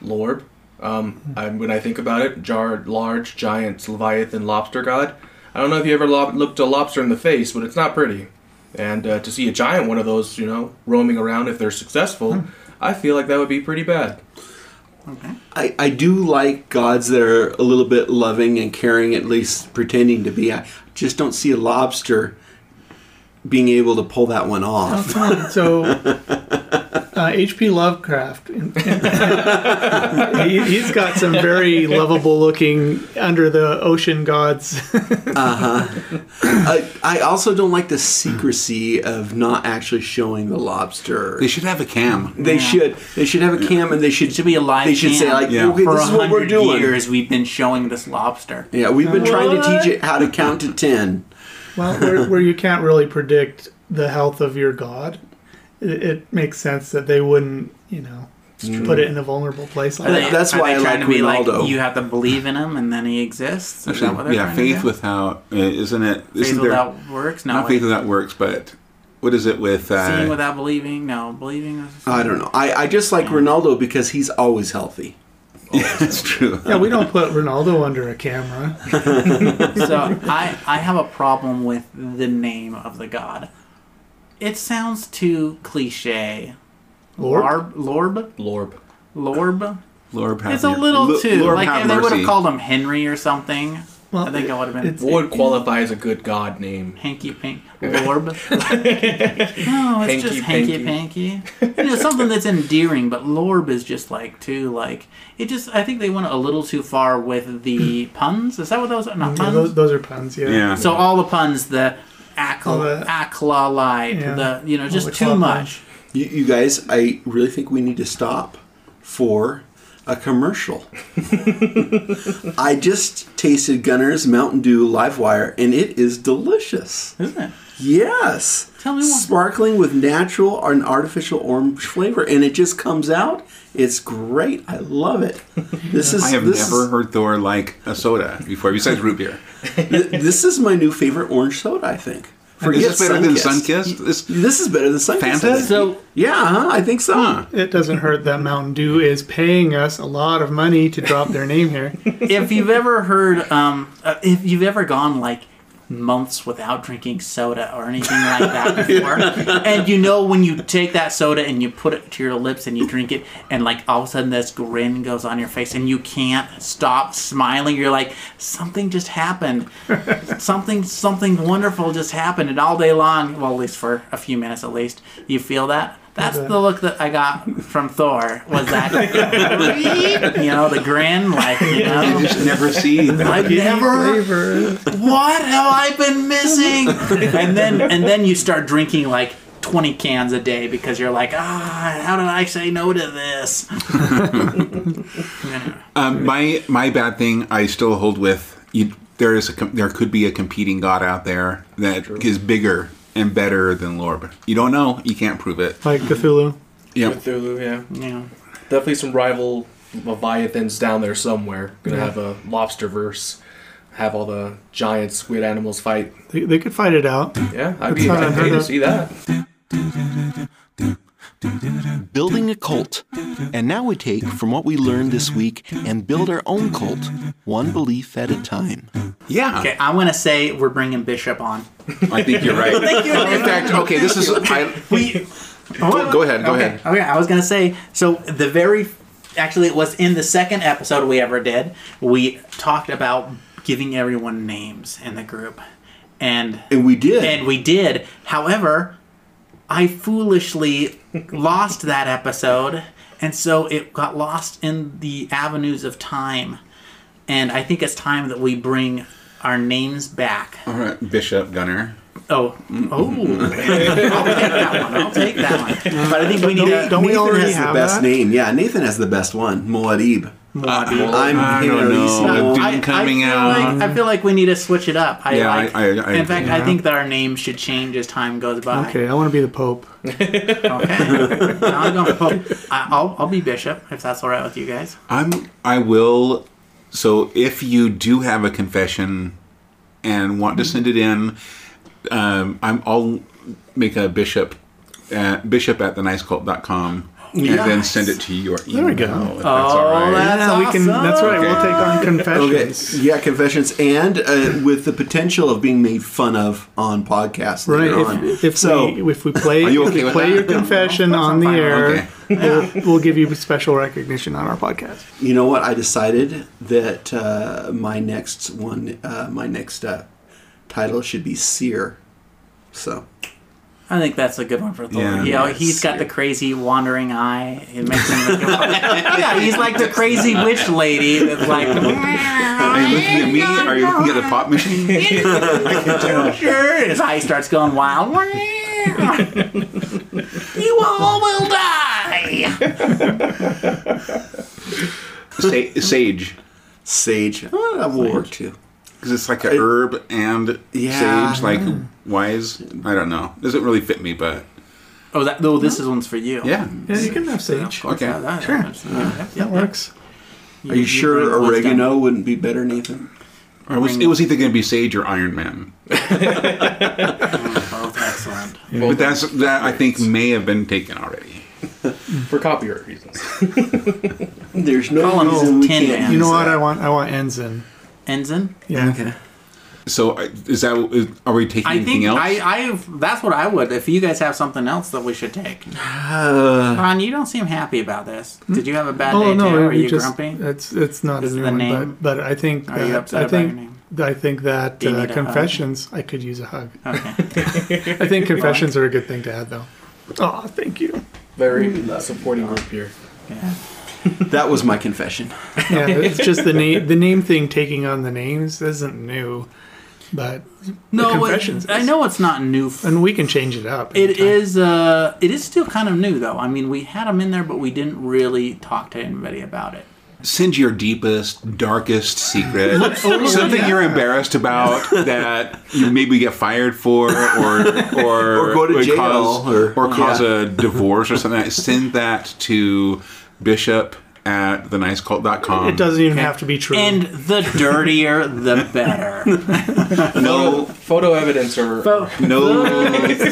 B: Lord. Um, I, when I think about it, jar, large, giant, leviathan, lobster god. I don't know if you ever lob- looked a lobster in the face, but it's not pretty. And uh, to see a giant one of those, you know, roaming around if they're successful, I feel like that would be pretty bad.
C: I, I do like gods that are a little bit loving and caring, at least pretending to be. I just don't see a lobster being able to pull that one off.
E: So, uh, H.P. Lovecraft, he, he's got some very lovable looking under the ocean gods.
C: I, I also don't like the secrecy of not actually showing the lobster.
D: They should have a cam.
C: They should. They should have a cam, and they should
A: should be a live
C: They should
A: cam.
C: say like,
D: Yeah.
C: okay,
A: for
C: this
A: a
C: is what we're
A: hundred
C: doing.
A: years we've been showing this lobster.
C: Yeah, we've been trying to teach it how to count to ten.
E: well, where, where you can't really predict the health of your god, it, it makes sense that they wouldn't, you know, put it in a vulnerable place like
A: Are
E: that.
A: they-
C: That's
A: are
C: why
A: they
C: I
A: trying
C: like
A: to be
C: Ronaldo.
A: Like, you have to believe in him, and then he exists. Is that what they're
D: yeah,
A: trying to
D: faith
A: do?
D: without uh, isn't it?
A: faith
D: Isn't there
A: without works. No,
D: not
A: wait.
D: faith without works, but what is it with?
A: seeing
D: Uh,
A: without believing. No, believing. is-
C: I don't know. I, I just like Ronaldo because he's always healthy.
D: that's true.
E: Yeah, we don't put Ronaldo under a camera.
A: so I, I have a problem with the name of the god. It sounds too cliche.
E: Lord?
A: Larb, lorb,
B: Lorb.
A: lorb.
D: Lord have
A: It's a
D: mer-
A: little
D: Lo-
A: too
D: Lord
A: like
D: have
A: if they would
D: mercy.
A: have called him Henry or something.
E: Well,
A: I think I would have been
E: it's-
B: What would qualify as a good god name?
A: hanky pink lorb. no, it's just hanky
B: Hanky
A: panky. You know, something that's endearing, but lorb is just like too like it. Just I think they went a little too far with the puns. Is that what those are? Not
E: Yeah,
A: puns.
E: those, those are puns, yeah.
D: Yeah.
A: So all the puns, the akla,
E: All the-
A: light,
E: Yeah.
A: the you know, just
E: the
A: too
E: clock
A: much.
C: You, you guys, I really think we need to stop for a commercial. I just tasted Gunner's Mountain Dew Live Wire, and it is delicious.
A: Isn't it?
C: Yes.
A: Tell me more.
C: Sparkling with natural and artificial orange flavor, and it just comes out. It's great. I love it. This is
D: I have
C: this is-
D: never heard Thor like a soda before, besides root beer.
C: th- this is my new favorite orange soda. I think.
D: Is this better than
C: Sunkist.
D: Sunkist? This
C: This is better than Sunkist.
D: Fanta?
C: I think.
A: So
C: yeah, huh? I think so.
D: Huh.
E: It doesn't hurt that Mountain Dew is paying us a lot of money to drop their name here.
A: if you've ever heard, um, uh, if you've ever gone like months without drinking soda or anything like that before, and you know when you take that soda and you put it to your lips and you drink it, and like all of a sudden this grin goes on your face and you can't stop smiling. You're like something just happened, something something wonderful just happened, and all day long, well at least for a few minutes at least, you feel that. That's the look that I got from Thor. Was that you know the grin, like you know,
D: you just never see.
A: I've never.
E: Flavor.
A: What have I been missing? and then and then you start drinking like. 20 cans a day because you're like, ah, how did I say no to this?
D: Um, my my bad thing. I still hold with you. There is a com- there could be a competing god out there that is bigger and better than Lorb. You don't know. You can't prove it.
E: Like Cthulhu.
D: Yeah.
B: Cthulhu, yeah.
A: Yeah.
B: Definitely some rival leviathans down there somewhere. Gonna have a lobster verse. Have all the giant squid animals fight.
E: They, they could fight it out.
B: Yeah, I'd be
E: not
B: I'd pay
E: unheard
B: to
E: of.
B: see that.
G: building a cult. And now we take from what we learned this week and build our own cult, one belief at a time.
D: Yeah.
A: Okay, I'm going to say we're bringing Bishop on.
D: I think you're right. In fact,
A: oh,
D: okay. This is. I,
A: We,
D: go, go ahead. Go ahead.
A: Okay, I was gonna say. So the very, actually, it was in the second episode we ever did. We talked about giving everyone names in the group, and
C: And we did.
A: and we did. However, I foolishly lost that episode, and so it got lost in the avenues of time. And I think it's time that we bring our names back.
D: All right, Bishop Gunner.
A: Oh, oh! I'll take that one. I'll take that one. But I think we need to.
E: Don't we
C: Nathan
E: already
C: has the
E: have
C: best
E: that?
C: name. Yeah, Nathan has the best one. Muad'Dib. I'm
D: I
C: Hiroyuki.
D: don't know.
A: No,
D: Doom
A: Uh, I- I
D: coming
A: feel
D: out.
A: Like, I feel like we need to switch it up. I
D: Yeah,
A: like.
D: I- I- I-
A: in fact,
D: yeah.
A: I think that our name should change as time goes by.
E: Okay, I want to be the Pope.
A: Okay. I'm going Pope. I, I'll, I'll be bishop if that's all right with you guys.
D: I'm. I will. So if you do have a confession and want to send it in, um, I'm. I'll. make a bishop at, bishop at the nicecult.com and then send it to your email. There
E: we go.
D: That's all right.
E: yeah, we can. That's right. We'll take on
C: Okay.
E: confessions.
C: Yeah, confessions, and uh, with the potential of being made fun of on podcasts. later
E: Right.
C: on.
E: If, if
C: so,
E: we if we play
D: you
E: if
D: okay
E: we
D: with
E: play
D: that?
E: your confession on the air,
D: Okay.
E: we'll, we'll give you special recognition on our podcast.
C: you know what? I decided that uh, my next one, uh, my next uh, title should be Seer. So,
A: I think that's a good one for Thor.
D: Yeah,
A: Yeah, you know,
D: that's-
A: he's got the crazy wandering eye. It makes him. look- yeah, he's like the crazy witch lady that's like.
D: Are you looking at me? Are you looking at the pop machine?
A: sure, his eye starts going wild. you all will die.
D: Sa- sage.
C: Sage. Oh, that will work too.
D: Because it's like a herb and
C: Yeah.
D: sage, like wise. I don't know. Doesn't really fit me, but
A: Oh, that. Oh, this is one's for you.
D: yeah.
E: Yeah, you can have sage.
D: Okay.
A: Yeah, that,
E: Sure.
A: yeah, yeah.
E: That works.
C: Are you sure
A: bring what's
C: oregano wouldn't be better, Nathan?
D: Or it was, it was either going to be Sage or Iron Man.
A: done. Both excellent.
D: But that's that I think may have been taken already.
B: for copyright reasons.
C: There's no
A: Call him
C: reason we
A: Tin Man.
C: can't. use
E: You know what
C: that.
E: I want? I want Ensign.
A: Ensign.
E: Yeah.
D: So I- is that is, are we taking
A: I
D: anything
A: think
D: else?
A: I, uh, I. That's what I would. If you guys have something else that we should take,
C: Uh,
A: Ron, you don't seem happy about this. Did you have a bad
E: Oh
A: day too?
E: no,
A: Are
E: we
A: you
E: just,
A: grumpy?
E: it's it's not
A: Is
E: a new
A: the
E: one,
A: name-
E: but, but I think
A: Are you
E: that,
A: upset
E: I
A: about your
E: think I think that
A: Do you
E: uh,
A: need a hug?
E: confessions. I could use a hug.
A: Okay.
E: I think confessions are a good thing to add, though. Oh, thank you.
B: Very supporting group here.
C: That was my confession.
E: Yeah, it's just the name the name thing taking on the names isn't new, but
A: No,
E: confessions
A: it, I
E: is-
A: know it's not new. f-
E: and we can change it up.
A: It is. Uh, it is still kind of new though. I mean, we had them in there, but we didn't really talk to anybody about it.
D: Send your deepest, darkest secret. something you're embarrassed about that you maybe get fired for, or or
C: Or go to
D: would
C: jail,
D: cause,
C: or-
D: cause
C: yeah.
D: a divorce or something. Send that to Bishop at thenicecult.com.
E: It doesn't even have to be true.
A: And the dirtier, the better.
D: no,
B: Photo evidence or
D: no,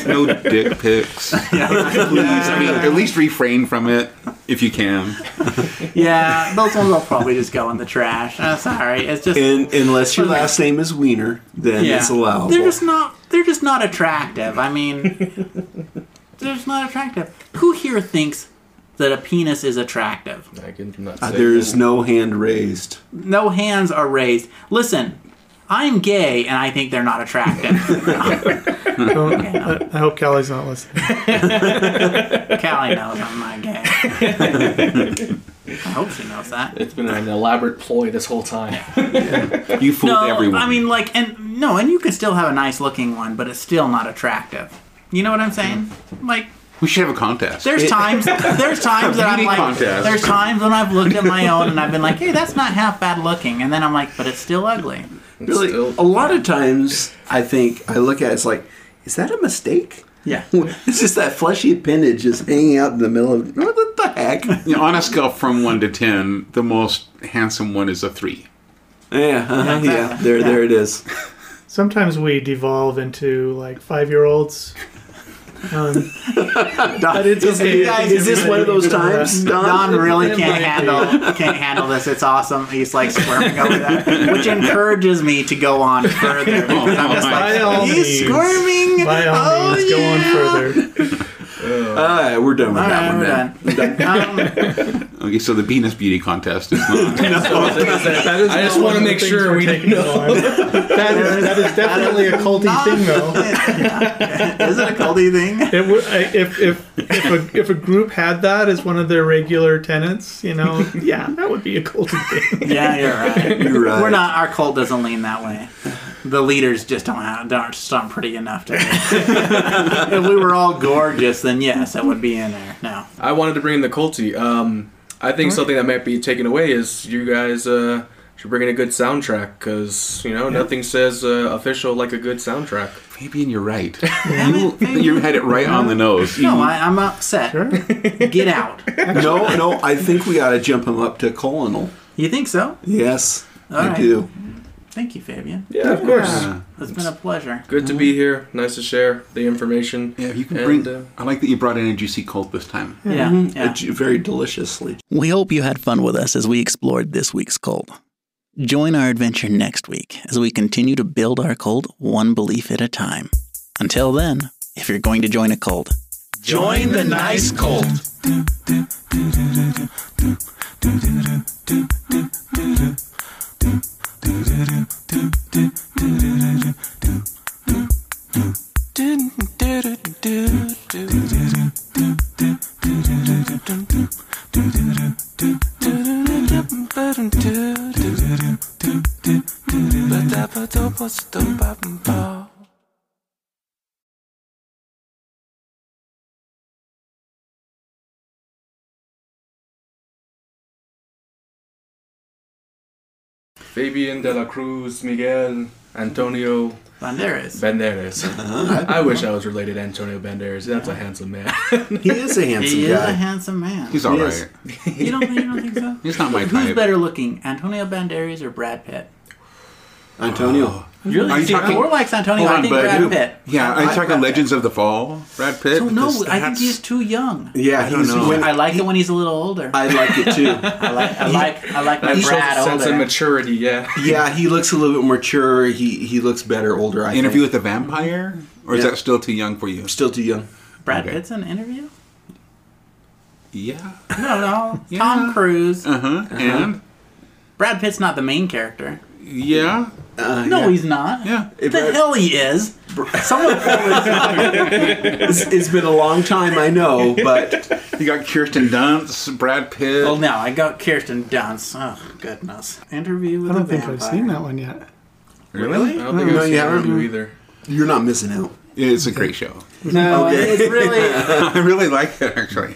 D: no dick pics. Please, I mean, at least refrain from it if you can.
A: Yeah, those ones will probably just go in the trash. I'm sorry. It's just
C: And unless your last name is Wiener, then
A: yeah.
C: it's allowable.
A: They're just not. They're just not attractive. I mean, they're just not attractive. Who here thinks that a penis is attractive?
B: I can not
C: Uh,
B: say
C: there is no hand raised.
A: no hands are raised. Listen, I'm gay and I think they're not attractive.
E: Don't- I, I hope Kelly's not listening.
A: Callie knows I'm not gay. I hope she knows that.
B: It's been an elaborate ploy this whole time.
D: You fooled
A: No,
D: everyone.
A: I mean like and no, and you can still have a nice looking one, but it's still not attractive. You know what I'm saying? Like
D: we should have a contest.
A: there's times there's times that I'm
D: Beauty
A: like
D: contest.
A: there's times when I've looked at my own and I've been like, hey, that's not half bad looking, and then I'm like, but it's still ugly.
C: Really,
B: Still-
C: a lot of times I think I look at it, it's like, is that a mistake?
A: Yeah.
C: It's just that fleshy appendage just hanging out in the middle of what the heck?
D: You know, on a scale from one to ten, the most handsome one is a three.
C: Yeah, uh-huh,
A: exactly.
C: yeah. There, there it is.
E: Sometimes we devolve into like five year olds. Um, but it's
C: Is,
E: okay.
C: is this one of those
E: Everybody
C: times? Don?
A: Don really can't
E: might
A: handle can't handle this. It's awesome. He's like squirming over that, which encourages me to go on
H: Oh,
A: further. Because I'm just
E: By
A: like,
E: all
A: he's
E: means.
A: squirming.
E: By all
A: oh,
E: means,
A: yeah.
E: go on further.
C: All right, we're done with
A: All
C: that
A: right,
C: one
A: we're
C: then.
A: done. Um,
D: Okay, so the penis beauty contest is not.
B: I just want to make sure we
E: that is that is definitely a culty thing, though.
A: is it a culty thing?
E: It would I- if if if a, if a group had that as one of their regular tenants, you know, yeah, that would be a culty thing.
A: Yeah, you're right.
C: You're right.
A: We're not. Our cult doesn't lean that way. The leaders just don't have, don't just aren't pretty enough to. if we were all gorgeous, then yes, that would be in there. No.
B: I wanted to bring in the culty. Um, I think something that might be taken away is you guys uh, should bring in a good soundtrack because you know nothing says uh, official like a good soundtrack.
D: Maybe and you're right. you, you had it right on the nose. You-
A: No, I, I'm upset. Get out.
C: No, no. I think we ought to jump him up to colonel.
A: You think so?
C: Yes, I
A: right.
C: do.
A: Thank you, Fabian.
B: Yeah, of course.
A: It's been a pleasure.
B: Good to be here. Nice to share the information.
H: Yeah, if you can
B: And,
H: bring.
B: uh,
H: I like that you brought in a juicy cult this time.
A: Yeah. yeah.
C: very deliciously.
A: We hope you had fun with us as we explored this week's cult. Join our adventure next week as we continue to build our cult one belief at a time. Until then, if you're going to join a cult, join the nice cult.
B: uh, Fabian de la Cruz, Miguel, Antonio
A: Banderas.
B: Banderas. I wish I was related to Antonio Banderas. That's a handsome man.
C: He is a handsome
A: He is
C: guy.
A: a handsome man.
H: He's all right.
C: Yes.
A: You don't, you don't think so?
H: He's not my
A: Who's
H: type.
A: better looking, Antonio Banderas or Brad Pitt?
C: Antonio.
A: Really?
H: Are you
A: See,
H: talking-
A: More likes Antonio.
H: Hold
A: I
H: on,
A: think
H: but
A: Brad
H: who-
A: Pitt.
H: Yeah, are you talking Legends of the Fall? Brad Pitt?
A: So no,
H: Because
A: I think
H: that's-
A: he's too young.
C: Yeah,
H: don't
C: he's.
H: know.
C: When
A: I
C: I,
A: like it when he's a little older. I,
C: I like it too.
A: like I like I like my
B: That shows
A: Brad
B: a sense of
A: older.
B: maturity, yeah.
C: yeah, he looks a little bit mature. He he looks better older. I
H: Interview with
C: think.
H: the Vampire? Or is
C: Yeah.
H: that still too young for you?
C: still too young.
A: Brad
H: Okay.
A: Pitt's in an interview?
H: Yeah.
A: No, no. Tom Cruise.
H: Uh huh. And?
A: Brad Pitt's not the main character.
H: Yeah.
C: Uh,
A: No,
C: yeah.
A: he's not.
H: Yeah.
C: Hey,
A: The
C: Brad,
A: hell he is. Someone
C: it's- it's been a long time, I know, but
H: You got Kirsten Dunst, Brad Pitt.
A: Well, no, I got Kirsten Dunst. Oh, goodness. Interview with
E: I
A: a
E: don't think
A: vampire.
E: I've seen that one yet.
H: really?
B: I don't think
C: No,
B: I've seen
C: you
B: that
C: haven't?
B: movie either.
C: you're not missing out.
H: It's a great show.
A: No, it's really
H: I really like it, actually.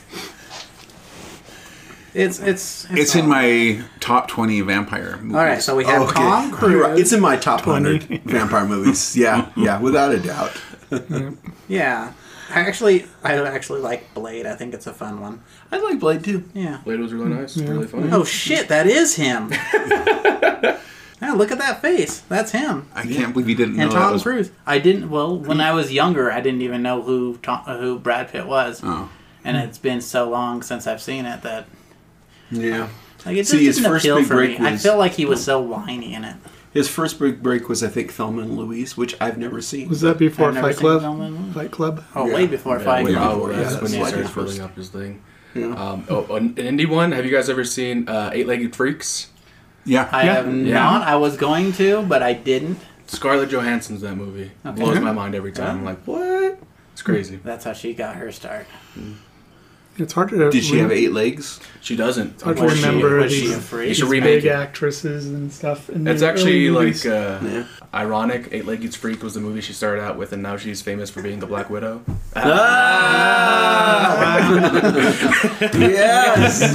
A: it's it's
H: It's in my top 20 vampire movies.
A: All right, so we have
C: Oh, okay.
A: Tom Cruise.
C: You're right. It's in my top 100 vampire movies. Yeah, yeah, without a doubt.
A: Yeah. I actually I actually like Blade. I think it's a fun one.
C: I like Blade too.
A: Yeah.
B: Blade was really nice, really funny.
A: Oh shit, that is him. yeah, look at that face. That's him.
H: I can't believe you didn't know
A: And
H: that
A: Tom
H: was.
A: Cruise. I didn't. Well, when I was younger, I didn't even know who Tom, uh, who Brad Pitt was.
H: Oh.
A: And it's been so long since I've seen it that
C: Yeah.
A: like it just
C: See, his
A: didn't
C: first
A: appeal
C: big
A: for me.
C: break
A: I
C: was-
A: feel like he was so whiny in it.
C: His first big break was, I think, Thelma and Louise, which I've never seen.
E: Was that before
A: I've never
E: Fight
A: seen
E: Club?
A: Thelma and Louise.
E: Fight Club.
A: Oh, way before Fight
B: Way
A: Club.
B: before,
C: yeah,
B: that's
C: that's
B: when he
C: why I
B: starts
C: did
B: building
C: first.
B: up his thing. Um, oh, an an indie one. Have you guys ever seen uh, Eight Legged Freaks?
H: Yeah.
A: I have
B: Yeah.
A: not. I was going to, but I didn't.
B: Scarlett Johansson's in that movie.
E: Oh,
B: Blows my mind every time. I'm like, what? It's
E: Hmm.
B: crazy.
A: That's how she got her start.
E: It's hard to.
C: Did she have eight legs?
B: She doesn't.
E: hard to
A: Was she-
E: remember
A: was she
E: these-
A: a freak?
B: You
E: these
B: should remake
E: big
B: it.
E: actresses and stuff. In
B: It's
E: the early
B: actually
E: movies.
B: like uh, ironic. Eight Legged Freak was the movie she started out with, and now she's famous for being the Black Widow.
C: Ah, Yes.